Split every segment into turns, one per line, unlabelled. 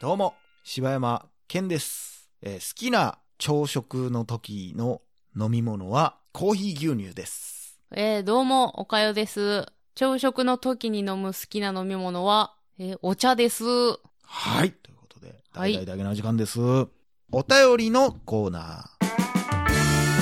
どうも、柴山健です、えー好きな朝食の時の飲み物はコーヒー牛乳です。
えー、どうも、おかよです。朝食の時に飲む好きな飲み物は、えーお茶です。
はい。ということで、
は
大
い
々だけの時間です。お便りのコーナー。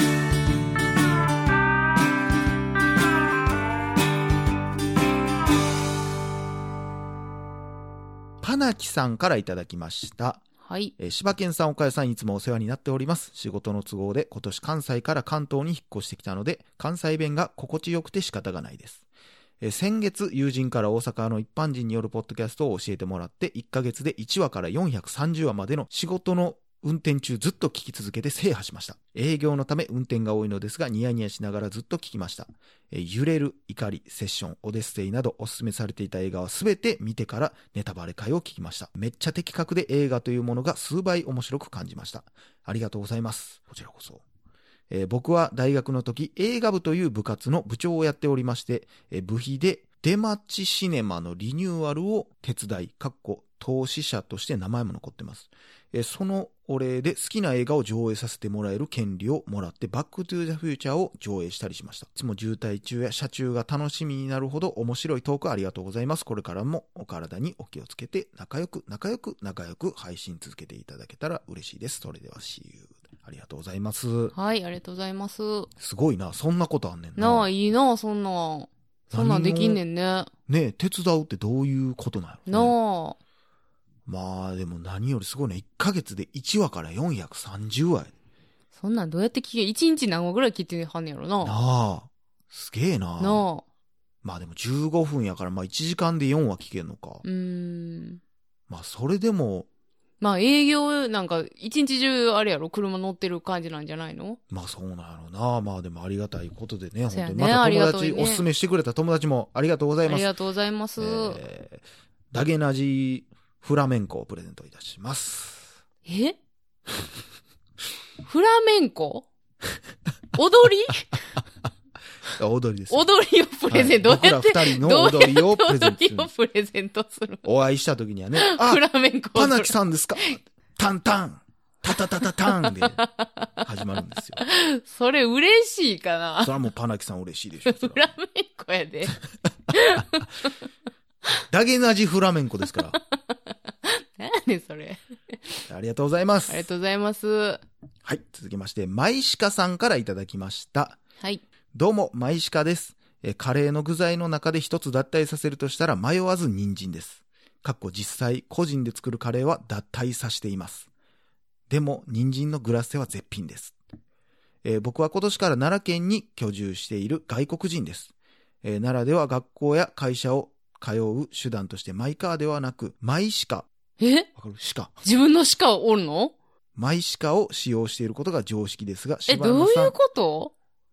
パナキさんからいただきました。
はい。
えー柴犬さん、岡谷さん、いつもお世話になっております。仕事の都合で今年関西から関東に引っ越してきたので、関西弁が心地よくて仕方がないです。えー先月、友人から大阪の一般人によるポッドキャストを教えてもらって、1ヶ月で1話から430話までの仕事の運転中ずっと聞き続けて制覇しました。営業のため運転が多いのですが、ニヤニヤしながらずっと聞きました。えー揺れる、怒り、セッション、オデッセイなどおすすめされていた映画はすべて見てからネタバレ会を聞きました。めっちゃ的確で映画というものが数倍面白く感じました。ありがとうございます。こちらこそ。えー僕は大学の時、映画部という部活の部長をやっておりまして、えー部費で出町シネマのリニューアルを手伝い、かっこ投資者として名前も残ってます。えーそのお礼で好きな映画を上映させてもらえる権利をもらって、バックトゥーザフューチャーを上映したりしました。いつも渋滞中や車中が楽しみになるほど面白いトークありがとうございます。これからもお体にお気をつけて、仲良く、仲良く、仲良く配信続けていただけたら嬉しいです。それでは、See you. ありがとうございます。
はい、ありがとうございます。
すごいな。そんなことあんねんな。
なあ、いいなあ、そんなん。そんなんできんねんね。な
ねえ、手伝うってどういうことなの、ね、
あ。
まあでも何よりすごいね。1ヶ月で1話から430話やで
そんなんどうやって聞け、一日何個ぐらい聞いてはんねやろな。
な
な
あ。すげえな。
あ。
まあでも15分やから、まあ1時間で4話聞けんのか。
うーん。
まあそれでも、
まあ営業なんか一日中あれやろ車乗ってる感じなんじゃないの
まあそうなのな。まあでもありがたいことでね。本
そう
当
や
に。
ね
また
あり
友
がたい
達、
ね
おすすめしてくれた友達もありがとうござ
あ
いま
り
す。
がとうございます。
えーダゲナジフラメンコをプレゼントいたし ます。
えフラメンコ 踊り
踊りですよ。
踊りをプレゼント、
はい
どうやって
僕ら二人の踊りをプレゼント
踊
す
り
る
をプレゼントする
お会いした時には ね、あ
フ、ラメンコ
パ
踊
ナ
り
キさんですかタンタンタタタタタンで始まるん ですよ。
それ嬉しいか
そ
な
れはもうパナキさん嬉しいでしょ。 そ
フ
れは
ラメンコやで。
ダゲナジフラメンコです から。
何やねんそれ。
ありがとうございます
あり。がとうございます。
はい、続きまして、マイシカさんからいただきました。
はい。
どうも、マイシカです。えーカレーの具材の中で一つ脱退させるとしたら迷わず人参です。かっこ実際、個人で作るカレーは脱退させています。でも、人参のグラッセは絶品です。えー僕は今年から奈良県に居住している外国人です。えー奈良では学校や会社を通う手段としてマイカーではなく、マイシカ、
え
わかるシカ、
自分の鹿おるの
マイシカを使用していることが常識ですが、
え、
柴
どう
山さん
いうこと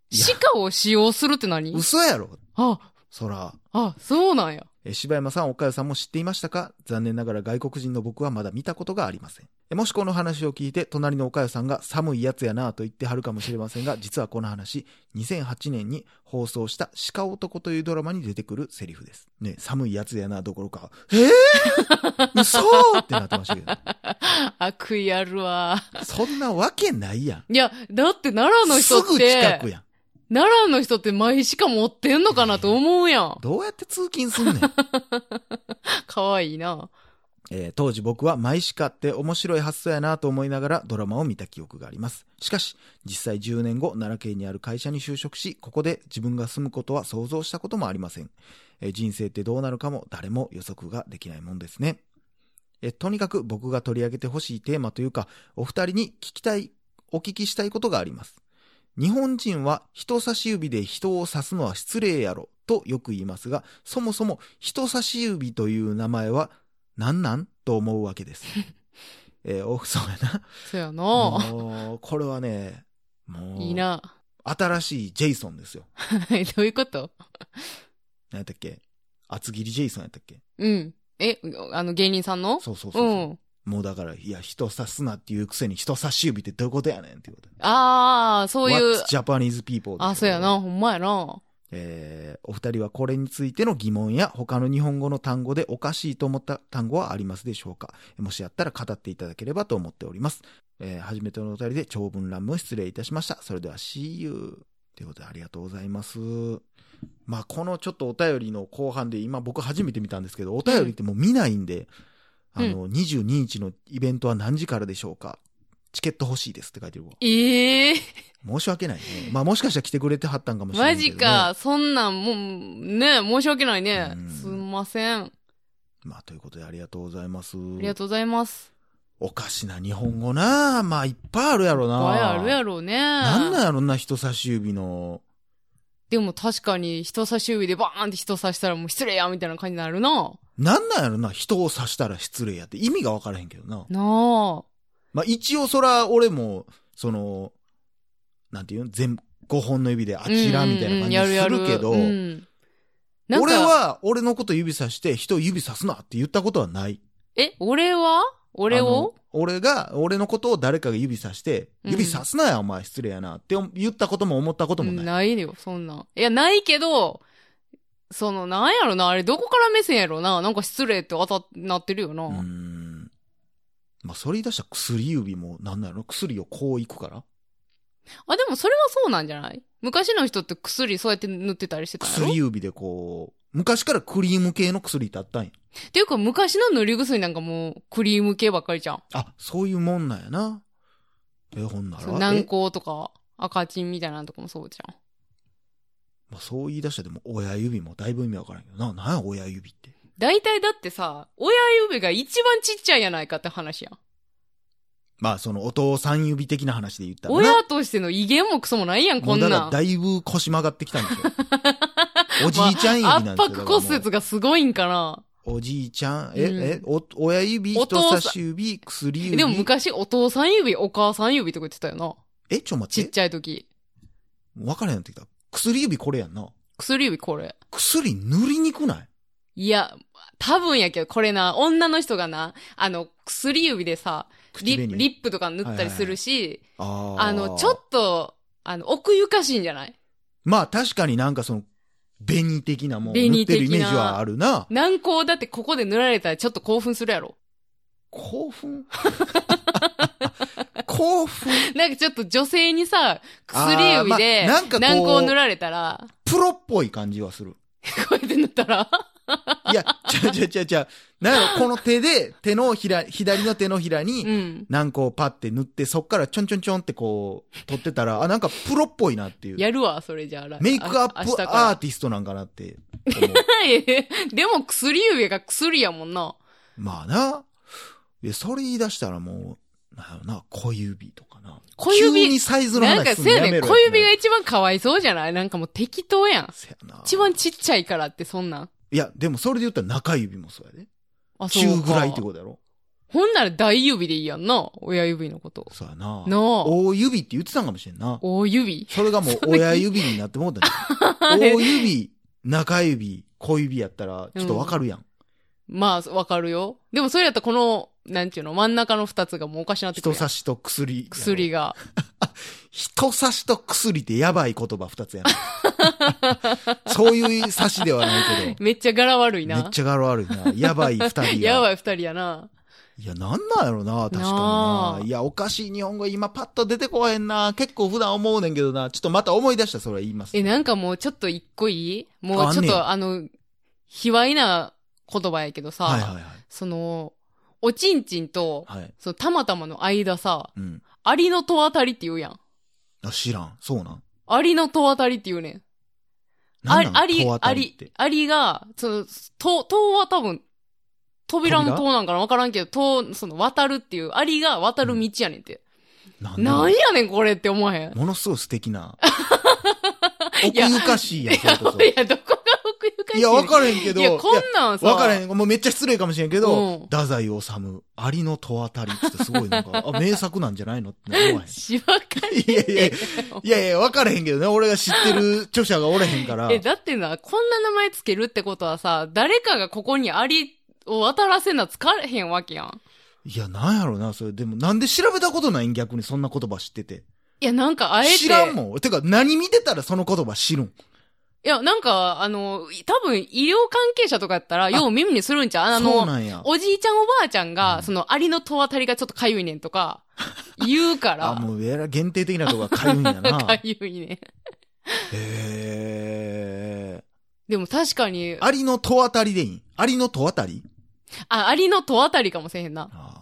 いや
鹿を使用するって何
嘘やろ
あ、
そら。
あ、そうなんや。
えー柴山さん、岡谷さんも知っていましたか残念ながら外国人の僕はまだ見たことがありません。えーもしこの話を聞いて、隣の岡谷さんが寒いやつやなぁと言ってはるかもしれませんが、実はこの話、2008年に放送した鹿男というドラマに出てくるセリフです。ね、寒いやつやなぁどころか、え ー、嘘ってなってましたけど、
悪意あるわ。
そんなわけないやん。
いや、だって奈良の人
す
って。
ぐ近くやん。
奈良の人って毎鹿持ってんのかなと思うやん。
どうやって通勤すんねん。
かわいいな。
えー当時僕はマイシカって面白い発想やなと思いながらドラマを見た記憶があります。しかし、実際10年後、奈良県にある会社に就職し、ここで自分が住むことは想像したこともありません。えー人生ってどうなるかも誰も予測ができないもんですね。えーとにかく僕が取り上げてほしいテーマというか、お二人に聞きたい、お聞きしたいことがあります。日本人は人差し指で人を指すのは失礼やろとよく言いますが、そもそも人差し指という名前はなんなんと思うわけ です。えーお、そうやな。
そうやな。
もう、これはね、もう、
いいな。
新しいジェイソンですよ。
はいどういうこと
何やったっけ厚切りジェイソンやったっけ
うん。え、あの芸人さんの
そうそう
う
そうそう。
ん。
もうだから、いや、人刺すなっていうくせに人差し指ってどういうことやねんっていうこと。
ああ、そういう
What's。Japanese people
あ、そうやな。。ほんまやな。
えーお二人はこれについての疑問や他の日本語の単語でおかしいと思った単語はありますでしょうかもしあったら語っていただければと思っております。えー初めてのお二人で長文乱文失礼いたしました。それでは See you! ということでありがとうございます。まあこのちょっとお便りの後半で今僕初めて見たんですけど、お便りってもう見ないんで、あの、22日のイベントは何時からでしょうかチケット欲しいですって書いてるわ。
ええ
申し訳ないね。まあもしかしたら来てくれてはったんかもしれな
マ
いけど、ね。
ジか。そんなん、もう、ね申し訳ないね
うん。
すんません。あ
まあということでありがとうございます。
りがとうございます。
おかしな日本語なまあいっぱいあるやろな
倍あるやろうね。
なんなんやろな、人差し指の。
でも確かに人差し指でバーンって人差したらもう失礼やみたいな感じになるな。
なんなんやろな、人を刺したら失礼やって意味がわからへんけどな。
なあ。
まあ一応そら、俺も、その、なんていうの全、5本の指であちらみたいな感じ
うんうんうん
するけど、
やるやるうんなんか
俺は俺のこと指さして人を指さすなって言ったことはない。
え、俺は俺
あの
を
俺が、俺のことを誰かが指さして、
うん
指さすなや、お前失礼やなって言ったことも思ったこともない。
ないよ、そんなん。いや、ないけど、その、なんやろな、あれ、どこから目線やろな、なんか失礼って当たっなってるよな。
うーん。まあ、それ言い出したら薬指も、なんなの薬をこういくから
あ、でもそれはそうなんじゃない昔の人って薬そうやって塗ってたりしてたんやろ
薬指でこう、昔からクリーム系の薬ってあったんや。
っていうか、昔の塗り薬なんかもう、クリーム系ばっかりじゃん。
あ、そういうもんなんやな。え、ほんな
その
ら。え
軟膏とか、赤チンみたいなのとかもそうじゃん。
まあ、そう言い出したらでも、親指もだいぶ意味わからんけどな。なんや、親指って。
大体だってさ、親指が一番ちっちゃいやないかって話やん。
まあ、その、お父さん指的な話で言ったらな。
親としての威厳もクソもないやん、こ
もうんだか
な
ら
ん。
だいぶ腰曲がってきたん ですよ。おじいちゃん指なんですよ。
圧迫
だからもう
骨折がすごいんかな。
おじいちゃん、え、
うん
え、お、親指、
お父さ
人
ん
差し指、薬指。
でも昔、お父さん指、お母さん指とか言ってたよな。
え、ちょ待
ち
っ。
ってちゃい時。
わからへんようになってきた。薬指これやんな。
薬指これ。
薬塗りにくない
いや、多分やけど、これな、女の人がな、あの、薬指でさ、
口
リ
紅。
リップとか塗ったりするし、
あー
あの、ちょっと、あの、奥ゆかしいんじゃない
まあ確かになんかその、紅的なもん
紅
塗ってるイ
的
メ
な
ージはあるな。
軟膏だってここで塗られたらちょっと興奮するやろ。
興奮 興奮
なんかちょっと女性にさ、薬指
あー
で
まなんかこう
軟膏塗られたら、
プロっぽい感じはする。
こうやって塗った ら、
いや、ちゃうちゃうちゃうちゃう。なんやろ、この手で、手のひら、左の手のひらに、
うん。
なんかをパって塗って、そっからちょんちょんちょんってこう、取ってたら、あ、なんかプロっぽいなっていう。
やるわ、それじゃあ。
メイクアップ
あ明日から
アーティストなんかなって思う。
えでも薬指が薬やもんな。
まあな。いや、それ言い出したらもう、なんやろな、小指とかな。
小指
急にサイズの
なん
話
か
すの
せや
やめろ
ねん、
よ
小指が。一番かわいそうじゃないなんかもう適当やん。
せやな。
一番ちっちゃいからってそんなん。
いや、でもそれで言ったら中指もそうやで。
あ、そう
中
か
ぐらいってことやろ。
ほんなら大指でいいやんな。親指のこと。
そうやな。
なあ
大指って言ってたんかもしれんな。
大指。
それがもう親指になってもうたね。 大指、中指、小指やったら、ちょっとわかるやん。
まあ、わかるよ。でもそれやったらこの、なんていうの、真ん中の二つがもうおかしなってく
人
るや
差
ん。
しと薬やろ。
薬が。
人差しと薬ってやばい言葉二つやな。 そういう差しではないけど。
めっちゃ柄悪い
めっ
な。
ちゃガロ悪いな。やばい二人が。
やばい二人やな。
いや、なんなんやろな、確かに
な
な
あ。
いや、おかしい日本語今パッと出てこへんな。結構普段思うねんけどな。ちょっとまた思い出した、それは言います。
え、なんかもうちょっと一個いいもうち
あ
ょ
ん
っ
ね
と
や
あの、卑猥な言葉やけどさ。
はいはいはい。
その、おちんちんと、
はい。
その、たまたまの間さ、
うん。
アリの戸当たりって言うやん。
あ、知らん。そうなん。
アリの戸当たりって言うねん。
なんなん
アリ
戸、当
ア
たりっ
リ
て、。
アリが、その、戸、戸は多分、扉の戸なんかなわからんけど、戸、その、渡るっていう、アリが渡る道やねんって。
な
なんやねん、これって思わへん。
ものすごい素敵な。
い
奥
や
ゆかしいやん、それこそ。
いや、どこが奥ゆかしい
いや、わからへんけど。
いや、こんなんさ、
わからへん。もうめっちゃ失礼かもしれんけど、
うん
太宰治、アリの戸当たりっつってすごいなん か、あ、名作なんじゃないのって思わへん。
しわか
いやいやい
れ
やいや、わからへんけどね。俺が知ってる著者がおれへんから。
え、だってな、こんな名前つけるってことはさ、誰かがここにアリを渡らせなつかれへんわけやん。
いや、なんやろな、それ。でも、なんで調べたことないん逆にそんな言葉知ってて。
いや、なんかあえて。
知らんもん。てか、何見てたらその言葉知るん。
いや、なんか、あの、多分医療関係者とかやったら、よう耳にするんちゃうあ
そう
の、
なんや。
おじいちゃんおばあちゃんが、
うん
その、アリの戸当たりがちょっとかゆいねんとか、 言うか
あ、
ら、
もう、やら限定的なとこがかゆいんやな。
か
へ
ゆいね。
え。
でも確かに、
アリの戸当たりでいいんアリの戸当たり
あ、アリの戸当たりかもしれへんな。
あ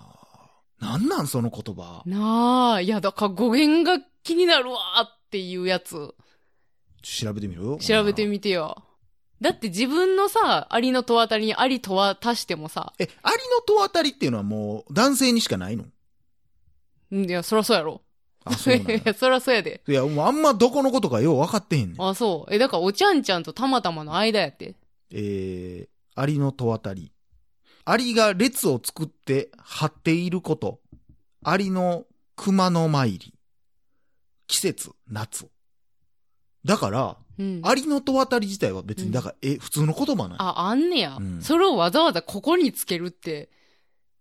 ーなんなんその言葉。
なあ、いや、だから語源が気になるわーっていうやつ、
調べてみる
調べてみてよ。だって自分のさ、アリの戸当たりにアリとは足してもさ、
え、アリの戸当たりっていうのはもう男性にしかないの
うんいや、そらそうやろ。
あ、そうなんや
いや、そらそうやで。
いや、もうあんまどこのことかよう分かってへんねん。
あ、そう。え、だから、おちゃんちゃんとたまたまの間やって。
えー、アリの戸当たり。アリが列を作って張っていること。アリの熊の参り。季節、夏。だから、
うん。
アリの戸当たり自体は別に、だから、え、普通の言葉なんや
あ、あんねや、
うん
それをわざわざここにつけるって。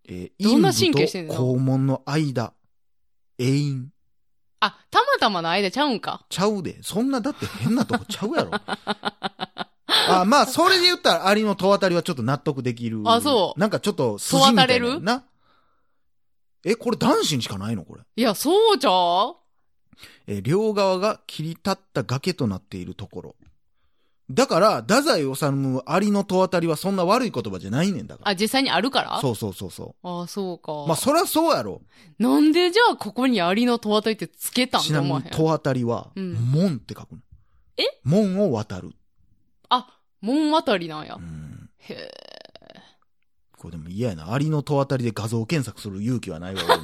えー、
どんな
陰部
神経してんの
と肛門の間。永遠。
あ、たまたまの間ちゃうんか。
ちゃうで。そんな、だって変なとこちゃうやろ。 あまあ、それで言ったら、アリの戸当たりはちょっと納得できる。
あそう
なんかちょっと筋みたいな
戸
や
当たれ
ん
る
な。え、これ男子にしかないのこれ。
いや、そうじゃう
えー両側が切り立った崖となっているところ。だから、太宰治、アリの戸当たりはそんな悪い言葉じゃないねんだか
あ、実際にあるから
ら。そうそうそうそ
あ、そうか。
う。まあ、そらそうやろ。
なんでじゃあここにアリの戸当たりってつけたん
ち
と
なみ
思わ
に、
へ
戸
ん。
当たりは、
うん
門って書くの。
え
門を渡る。
あ、門渡りなんや。
うん
へえ。
これでも嫌やな。アリの戸当たりで画像検索する勇気は ないわ、俺も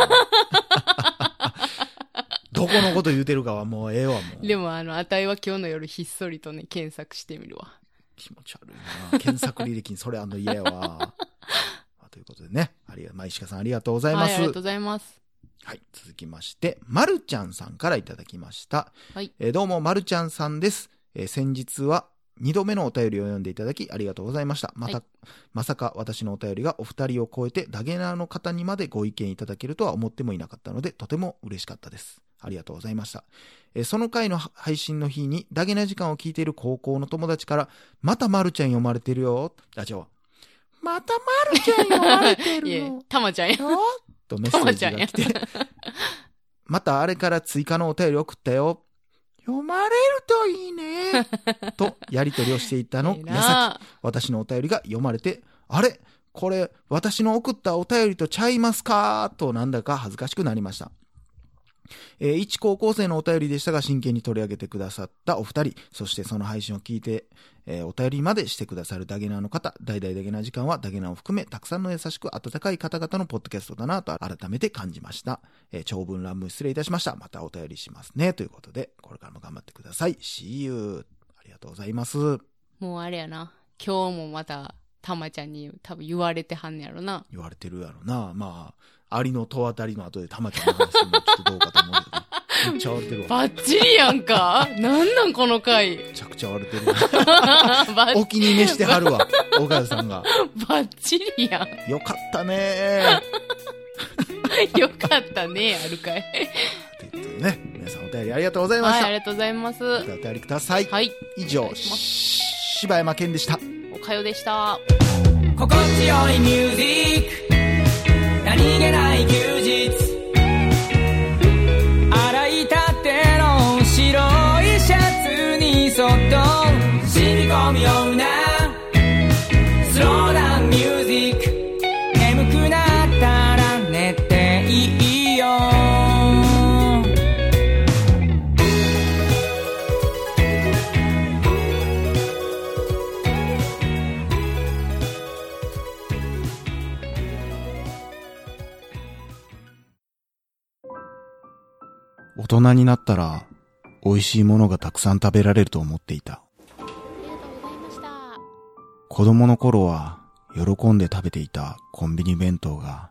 どこのこと言うてるかはもうええわ、もう。
でもあの、あたいは今日の夜ひっそりとね、検索してみるわ。
気持ち悪いな。検索履歴にそれあんの嫌やわ。 まあということでね、ありが、まあ、石川さんありがとうございま
はい、あ
す。
りがとうございます。
はい、続きまして、まるちゃんさんからいただきました。
はい
えーどうも、まるちゃんさんです。えー先日は、二度目のお便りを読んでいただき、ありがとうございました。また、
は
まさか私のお便りがお二人を超えて、ダゲナーの方にまでご意見いただけるとは思ってもいなかったので、とても嬉しかったです。ありがとうございました。えーその回の配信の日に、ダゲナ時間を聞いている高校の友達から、またまるちゃん読まれてるよ。あ、違う。またまるちゃん読まれて
い
る
え
よ。、
たまちゃんや。
よとメッセージが来 て。またあれから追加のお便り送ったよ。読まれるといいね。と、やりとりをしていたの
ええ、
矢先、
な
私のお便りが読まれて、あれこれ、私の送ったお便りとちゃいますかと、なんだか恥ずかしくなりました。えー一高校生のお便りでしたが、真剣に取り上げてくださったお二人、そしてその配信を聞いて、えーお便りまでしてくださるダゲナーの方、代々ダゲナー時間はダゲナーを含め、たくさんの優しく温かい方々のポッドキャストだなと改めて感じました。えー長文乱文失礼いたしました。またお便りしますね。ということで、これからも頑張ってください。See you! ありがとうございます。
もうあれやな。今日もまた、たまちゃんに多分言われてはんねやろな。
言われてるやろな。まあ、アリの戸当たりの後でたまちゃんの話するのちょっとどうかと思うけどね。 めっちゃ割れてるわ。
バッチリやんかなんなんこの回
めちゃくちゃ割れてるわ。
バッ
お気に召してはるわ。岡田さんが。
バッチリやん。
よかったね
よかったね、あるかい。
ー。ということでね、皆さんお便りありがとうございまし
はい、
た。
ありがとうございます。
またお便りください。
はい、
以
お
上
願、いします
し柴山健でした。
おかよでした。
心地よいミュージック何気ない休日洗いたての白いシャツにそっと染み込むようなスローダウンミュージック眠くなったら寝ていいよ
大人になったら、美味しいものがたくさん食べられると思っていた。
ありがとうございました。
子供の頃は喜んで食べていたコンビニ弁当が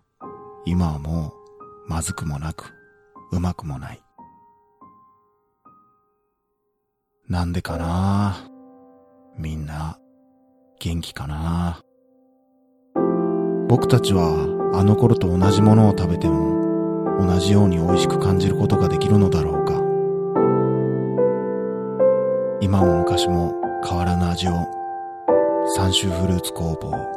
今はもうまずくもなくうまくもない。なんでかなみんな元気かな僕たちはあの頃と同じものを食べても同じように美味しく感じることができるのだろうか今も昔も変わらぬ味を、三州フルーツ工房。